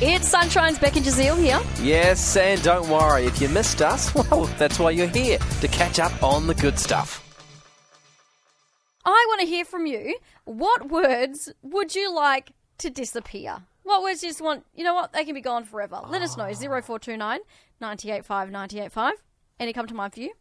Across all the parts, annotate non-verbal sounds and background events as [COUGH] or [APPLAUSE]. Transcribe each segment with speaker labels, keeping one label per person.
Speaker 1: It's Sunshine's Becky Jazeel here.
Speaker 2: Yes, and don't worry, if you missed us, [LAUGHS] well, that's why you're here, to catch up on the good stuff.
Speaker 1: I want to hear from you. What words would you like to disappear? What words you just want, you know what, they can be gone forever. Let us know, 0429 985 985. Any come to mind for you?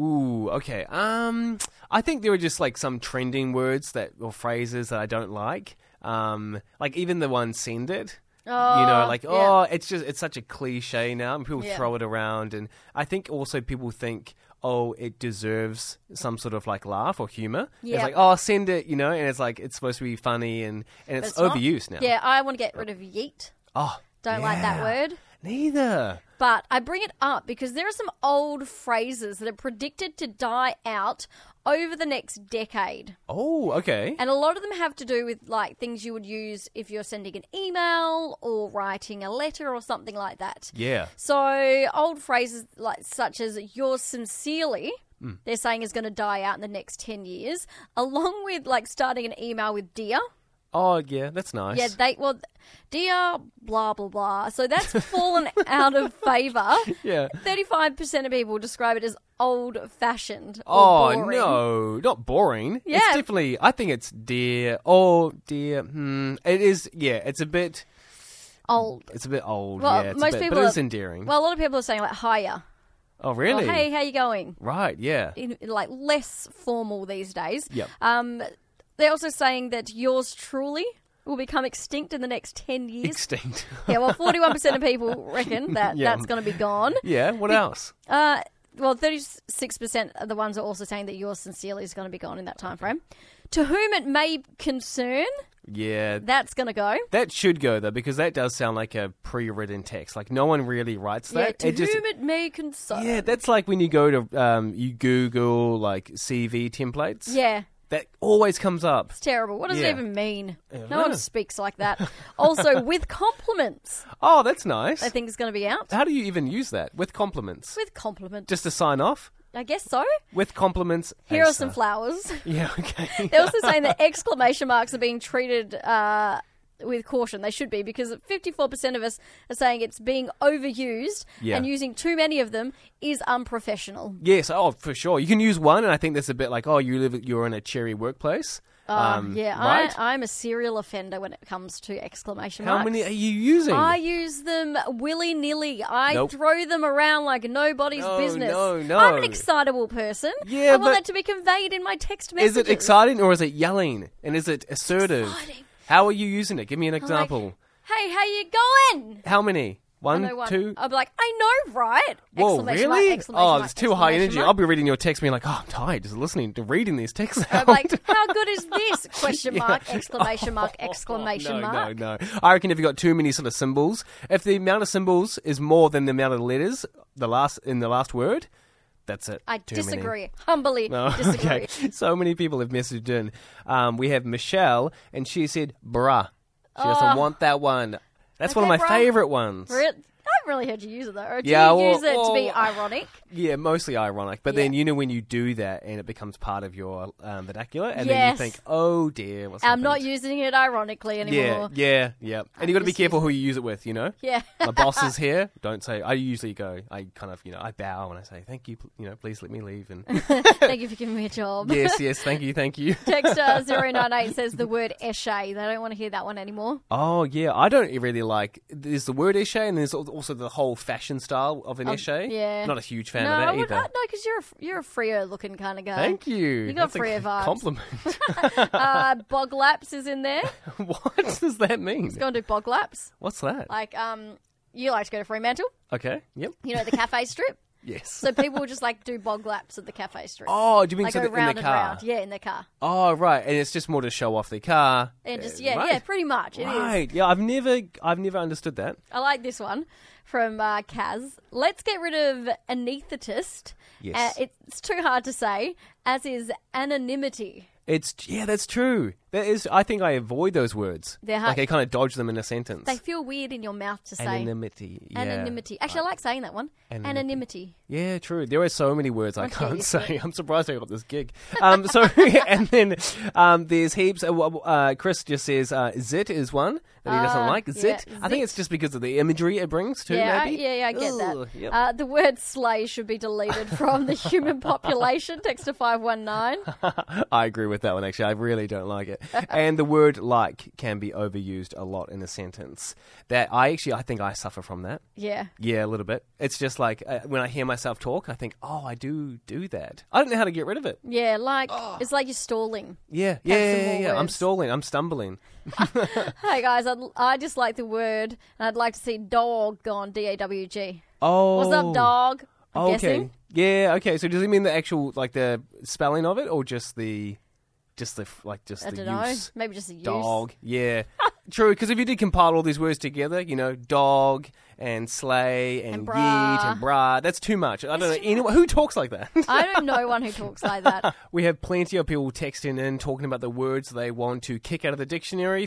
Speaker 3: Ooh, okay. Um, I think there were just like some trending words that or phrases that I don't like. Um, like even the one "send it." you know,
Speaker 1: Oh,
Speaker 3: like
Speaker 1: yeah.
Speaker 3: oh, it's just it's such a cliche now, and people
Speaker 1: Yeah.
Speaker 3: throw it around, and I think also people think. Oh, it deserves some sort of like laugh or humor.
Speaker 1: Yeah.
Speaker 3: It's like, oh, send it, you know, and it's like it's supposed to be funny and and it's,
Speaker 1: It's not-
Speaker 3: overused now.
Speaker 1: Yeah, I want to get rid of yeet.
Speaker 3: Oh,
Speaker 1: Don't like that
Speaker 3: yeah.
Speaker 1: word.
Speaker 3: Neither.
Speaker 1: But I bring it up because there are some old phrases that are predicted to die out over the next decade.
Speaker 3: Oh, okay.
Speaker 1: And a lot of them have to do with like things you would use if you're sending an email or writing a letter or something like that.
Speaker 3: Yeah.
Speaker 1: So old phrases like such as "yours sincerely,"
Speaker 3: Hmm.
Speaker 1: they're saying is going to die out in the next ten years, along with like starting an email with "dear."
Speaker 3: Oh, yeah. That's nice.
Speaker 1: Yeah, they well, dear blah blah blah. So that's fallen [LAUGHS] out of favor.
Speaker 3: yeah.
Speaker 1: Thirty-five percent of people describe it as old-fashioned. Or
Speaker 3: Oh
Speaker 1: boring.
Speaker 3: no, not boring.
Speaker 1: Yeah.
Speaker 3: It's definitely. I think it's dear. Oh dear. Hmm. It is. Yeah. It's a bit.
Speaker 1: old.
Speaker 3: It's a bit old.
Speaker 1: Well,
Speaker 3: yeah. It's a
Speaker 1: most
Speaker 3: bit-
Speaker 1: people
Speaker 3: But
Speaker 1: are-
Speaker 3: it's endearing.
Speaker 1: Well, a lot of people are saying like higher.
Speaker 3: oh really?
Speaker 1: Or, hey, how you going?
Speaker 3: Right. Yeah.
Speaker 1: In, like less formal these days.
Speaker 3: Yep.
Speaker 1: Um, they're also saying that yours truly will become extinct in the next ten years.
Speaker 3: [LAUGHS] Extinct.
Speaker 1: yeah, well, forty-one percent of people reckon that
Speaker 3: Yeah.
Speaker 1: that's going to be gone.
Speaker 3: yeah. What else?
Speaker 1: Uh, well, thirty-six percent of the ones are also saying that yours sincerely is going to be gone in that time frame. To whom it may concern,
Speaker 3: Yeah. That,
Speaker 1: that's going to go.
Speaker 3: should go though because that does sound like a pre-written text. Like no one really writes
Speaker 1: Yeah,
Speaker 3: that.
Speaker 1: to
Speaker 3: it just.
Speaker 1: whom it may concern.
Speaker 3: yeah. That's like when you go to um, you Google like CV templates.
Speaker 1: yeah.
Speaker 3: That always comes up.
Speaker 1: It's terrible. What does it
Speaker 3: Yeah.
Speaker 1: even mean? No
Speaker 3: don't
Speaker 1: one
Speaker 3: know.
Speaker 1: speaks like that. also,
Speaker 3: [LAUGHS]
Speaker 1: with compliments,
Speaker 3: Oh, that's nice.
Speaker 1: I think is going to be
Speaker 3: [LAUGHS]
Speaker 1: out.
Speaker 3: How do you even use that with compliments?
Speaker 1: With compliments,
Speaker 3: Just to sign off.
Speaker 1: I guess so.
Speaker 3: With compliments.
Speaker 1: Here are
Speaker 3: and
Speaker 1: some
Speaker 3: stuff.
Speaker 1: flowers.
Speaker 3: Yeah, [LAUGHS] okay.
Speaker 1: They're also saying that exclamation marks are being treated uh, with caution. They should be because 54% of us are saying it's being overused
Speaker 3: Yeah.
Speaker 1: and using too many of them is unprofessional.
Speaker 3: yes, oh, for sure. You can use one, and I think that's a bit like, oh, you live, you're in a cherry workplace.
Speaker 1: Uh,
Speaker 3: um,
Speaker 1: yeah,
Speaker 3: right?
Speaker 1: I, I'm a serial offender when it comes to exclamation
Speaker 3: How
Speaker 1: marks.
Speaker 3: many are you using?
Speaker 1: I use them willy nilly. I
Speaker 3: Nope.
Speaker 1: throw them around like nobody's
Speaker 3: No,
Speaker 1: business.
Speaker 3: no, no.
Speaker 1: I'm an excitable person. I
Speaker 3: Yeah,
Speaker 1: want
Speaker 3: but-
Speaker 1: that to be conveyed in my text messages.
Speaker 3: is it exciting or is it yelling? And is it assertive?
Speaker 1: Exciting.
Speaker 3: How are you using it? Give me an
Speaker 1: I'm like,
Speaker 3: example.
Speaker 1: hey, how you going?
Speaker 3: How many? One,
Speaker 1: No one.
Speaker 3: Mm, two.
Speaker 1: I'll be like, I know, right?
Speaker 3: Whoa,
Speaker 1: Exclamation mark,
Speaker 3: really?
Speaker 1: exclamation
Speaker 3: oh,
Speaker 1: mark,
Speaker 3: it's too high
Speaker 1: exclamation
Speaker 3: energy.
Speaker 1: mark.
Speaker 3: I'll be reading your text, being like, oh, I'm tired just listening to reading these texts.
Speaker 1: I'm
Speaker 3: out.
Speaker 1: like, how good is
Speaker 3: [LAUGHS]
Speaker 1: this? Question
Speaker 3: Yeah.
Speaker 1: mark, exclamation
Speaker 3: [LAUGHS]
Speaker 1: mark, exclamation
Speaker 3: Oh, no,
Speaker 1: mark.
Speaker 3: No, no. I reckon if you've got too many sort of symbols, if the amount of symbols is more than the amount of letters, the last in the last word, that's it.
Speaker 1: I
Speaker 3: Too many.
Speaker 1: disagree.
Speaker 3: [LAUGHS]
Speaker 1: Humbly
Speaker 3: No,
Speaker 1: disagree.
Speaker 3: okay. So many people have messaged in. Um, we have Michelle, and she said, "Bruh, she doesn't want that one." That's one of
Speaker 1: Okay,
Speaker 3: my
Speaker 1: bruh.
Speaker 3: favorite ones.
Speaker 1: Re- I haven't really heard you use it though. Or do
Speaker 3: Yeah,
Speaker 1: you
Speaker 3: well- oh.
Speaker 1: use it to be
Speaker 3: well-
Speaker 1: ironic?
Speaker 3: Yeah, mostly ironic. But
Speaker 1: Yeah.
Speaker 3: then you know when you do that, and it becomes part of your um, vernacular,
Speaker 1: Yes.
Speaker 3: and then you think, "Oh dear, what's
Speaker 1: I'm not
Speaker 3: happened?"
Speaker 1: using it ironically
Speaker 3: Yeah,
Speaker 1: anymore.
Speaker 3: yeah, yeah. And you got to
Speaker 1: just
Speaker 3: be
Speaker 1: use
Speaker 3: careful who you use it with. You know.
Speaker 1: Yeah. [LAUGHS]
Speaker 3: my boss is here. Don't say. I usually go. I kind of, you know, I bow and I say, "Thank you, pl- you know, please let me leave."
Speaker 1: [LAUGHS]
Speaker 3: And
Speaker 1: Thank you for giving me a job. [LAUGHS] uh,
Speaker 3: yes, yes, thank you, thank you.
Speaker 1: Texter 098 says the word eshay. They don't want to hear that one anymore.
Speaker 3: Oh yeah, I don't really like. There's the word esche, and there's al- also the whole fashion style of an
Speaker 1: Um,
Speaker 3: esche.
Speaker 1: yeah.
Speaker 3: not a huge fan
Speaker 1: No,
Speaker 3: of
Speaker 1: I
Speaker 3: that
Speaker 1: would,
Speaker 3: either.
Speaker 1: I, no, because you're a, you're a freer looking kind of guy.
Speaker 3: Thank you. You
Speaker 1: got
Speaker 3: That's
Speaker 1: Freya
Speaker 3: a
Speaker 1: vibes.
Speaker 3: Compliment. [LAUGHS]
Speaker 1: Uh, bog laps is in there.
Speaker 3: what does that mean?
Speaker 1: Go and do bog laps.
Speaker 3: What's that?
Speaker 1: Like um, you like to go to Fremantle.
Speaker 3: Okay. Yep.
Speaker 1: You know the cafe strip.
Speaker 3: Yes.
Speaker 1: So people will just like do bog laps at the cafe strip.
Speaker 3: oh, do you mean
Speaker 1: Like
Speaker 3: so
Speaker 1: go
Speaker 3: that in
Speaker 1: round
Speaker 3: the
Speaker 1: and
Speaker 3: car?
Speaker 1: round, yeah, in the car,
Speaker 3: Oh right, and it's just more to show off the car.
Speaker 1: and just
Speaker 3: Uh,
Speaker 1: yeah,
Speaker 3: right.
Speaker 1: yeah, pretty much. It is.
Speaker 3: Right. Yeah, I've never, I've never understood that.
Speaker 1: I like this one from uh, Kaz. Let's get rid of anaesthetist.
Speaker 3: Yes.
Speaker 1: Uh, it's too hard to say, as is anonymity.
Speaker 3: It's yeah, that's true. That is, I think I avoid those words.
Speaker 1: They're hard-
Speaker 3: Like I kind of dodge them in a sentence.
Speaker 1: They feel weird in your mouth to say.
Speaker 3: Anonymity. Yeah.
Speaker 1: Anonymity. Actually, I like saying that one.
Speaker 3: Anonymity.
Speaker 1: Anonymity.
Speaker 3: Yeah, true. There are so many words I
Speaker 1: Okay,
Speaker 3: can't
Speaker 1: yes,
Speaker 3: say. I'm surprised I got this gig. Um, so, [LAUGHS] and then um, there's heaps. Uh, w- uh, Chris just says uh, zit is one that he doesn't
Speaker 1: Ah,
Speaker 3: like.
Speaker 1: yeah,
Speaker 3: Zit. I think
Speaker 1: zit.
Speaker 3: it's just because of the imagery it brings too.
Speaker 1: Yeah, I-
Speaker 3: maybe.
Speaker 1: yeah, yeah, I get
Speaker 3: Ugh,
Speaker 1: that.
Speaker 3: yep.
Speaker 1: Uh, the word slay should be deleted from
Speaker 3: [LAUGHS]
Speaker 1: the human population. Text to 519.
Speaker 3: [LAUGHS] I agree with that one. Actually, I really don't
Speaker 1: [LAUGHS]
Speaker 3: like it. and the word like can be overused a lot in a sentence. That I actually, I think I suffer from that.
Speaker 1: Yeah.
Speaker 3: Yeah, a little bit. It's just like uh, when I hear myself talk, I think, oh, I do do that. I don't know how to get rid of it.
Speaker 1: Yeah, like, it's like you're stalling.
Speaker 3: Yeah, yeah, yeah,
Speaker 1: some
Speaker 3: yeah,
Speaker 1: more
Speaker 3: yeah. I'm
Speaker 1: words.
Speaker 3: stalling. I'm stumbling.
Speaker 1: Hey, guys, I'd, I just like the word, and I'd like to see dog gone D A W G.
Speaker 3: Oh,
Speaker 1: What's up, dog? I'm
Speaker 3: Okay.
Speaker 1: guessing.
Speaker 3: Yeah. Okay. So does it mean the actual like the spelling of it, or just the, just the f- like just
Speaker 1: I
Speaker 3: the
Speaker 1: don't know.
Speaker 3: use?
Speaker 1: Maybe just a use.
Speaker 3: Dog.
Speaker 1: [LAUGHS]
Speaker 3: Yeah. True. Because if you did compile all these words together, you know, dog and slay and,
Speaker 1: And
Speaker 3: yeet and bra, that's too much. I don't know anyone who talks like that. [LAUGHS]
Speaker 1: I don't know one who talks like that.
Speaker 3: we have plenty of people texting in talking about the words they want to kick out of the dictionary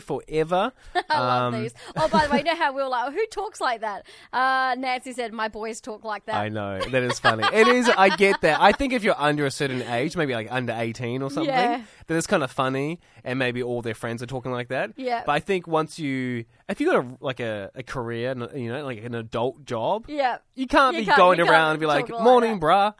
Speaker 1: [LAUGHS]
Speaker 3: forever. Uh,
Speaker 1: I love
Speaker 3: Um,
Speaker 1: these. Oh, by the way, you know how we were like, who talks like that? Uh, Nancy said, my boys talk like that.
Speaker 3: I know that is funny. It is. I get that. I think if you're under a certain age, maybe like under eighteen or something,
Speaker 1: Yeah.
Speaker 3: that it's kind of funny, and maybe all their friends are talking like that.
Speaker 1: Yeah.
Speaker 3: But I think once you, if you got a like a, a career, and a- you know, like an adult job,
Speaker 1: yeah. [LAUGHS]
Speaker 3: you can't
Speaker 1: You
Speaker 3: be
Speaker 1: can't-
Speaker 3: going
Speaker 1: you can't
Speaker 3: around and be like,
Speaker 1: talk like
Speaker 3: "Morning,
Speaker 1: [LAUGHS]
Speaker 3: brah."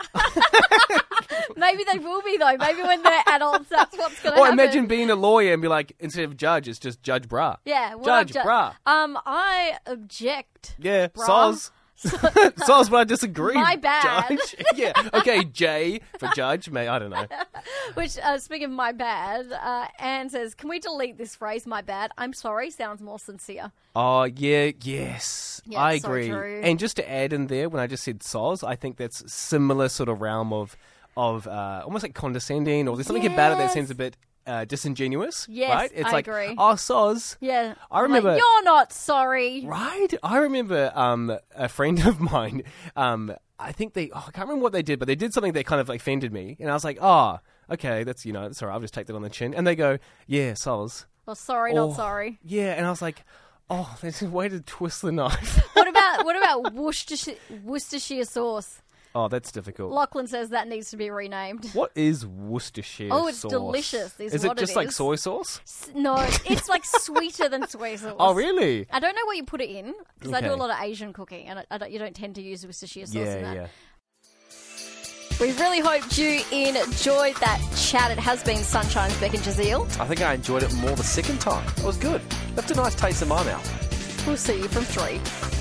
Speaker 1: Maybe they will be, though. Maybe when
Speaker 3: [LAUGHS]
Speaker 1: they're adults, that's what's going to
Speaker 3: or
Speaker 1: happen.
Speaker 3: imagine being a lawyer and be like, instead of judge, it's just judge, brah.
Speaker 1: Yeah. what
Speaker 3: Judge,
Speaker 1: obje-
Speaker 3: brah.
Speaker 1: Um, I object.
Speaker 3: Yeah,
Speaker 1: Brah. [LAUGHS]
Speaker 3: soz. soz, but I disagree.
Speaker 1: My bad.
Speaker 3: Judge. [LAUGHS] yeah. Okay, J for judge. May I
Speaker 1: [LAUGHS]
Speaker 3: don't know.
Speaker 1: Which, uh, speaking of my bad, uh, Anne says, can we delete this phrase, my bad? I'm sorry, sounds more sincere.
Speaker 3: Oh yeah, yes,
Speaker 1: Yeah,
Speaker 3: I
Speaker 1: so
Speaker 3: agree.
Speaker 1: true.
Speaker 3: And just to add in there, when I just said soz, I think that's similar sort of realm of of uh, almost like condescending, or there's something about it that
Speaker 1: Yes.
Speaker 3: seems a bit uh, disingenuous.
Speaker 1: Yes,
Speaker 3: right? It's
Speaker 1: I
Speaker 3: like
Speaker 1: agree.
Speaker 3: oh soz.
Speaker 1: Yeah.
Speaker 3: I remember-
Speaker 1: Like, You're not sorry.
Speaker 3: Right? I remember um, a friend [LAUGHS] of mine. Um, I think they, oh, I can't remember what they did, but they did something that kind of offended me. And I was like, oh, okay, that's, you know, that's all right. I'll just take that on the chin. And they go, yeah, soz.
Speaker 1: Well, sorry,
Speaker 3: Oh,
Speaker 1: not sorry.
Speaker 3: Yeah. And I was like, oh, [LAUGHS] there's a way to twist the knife. [LAUGHS]
Speaker 1: What about what about Worcestershire, Worcestershire sauce?
Speaker 3: oh, that's difficult.
Speaker 1: Lachlan says that needs to be renamed.
Speaker 3: what is Worcestershire
Speaker 1: Oh, it's
Speaker 3: sauce?
Speaker 1: delicious, is
Speaker 3: Is it
Speaker 1: what it
Speaker 3: just like
Speaker 1: is.
Speaker 3: soy sauce?
Speaker 1: S- No, it's like sweeter than soy sauce.
Speaker 3: Oh, really?
Speaker 1: I don't know what you put it in because I do a
Speaker 3: Okay.
Speaker 1: lot of Asian cooking, and I, I don't, you don't tend to use Worcestershire sauce in
Speaker 3: Yeah,
Speaker 1: that.
Speaker 3: yeah.
Speaker 1: We really hoped you enjoyed that chat. It has been Sunshine's Beck and Jazeel.
Speaker 2: I think I enjoyed it more the second time. It was good. Left a nice taste in my mouth.
Speaker 1: We'll see you from three.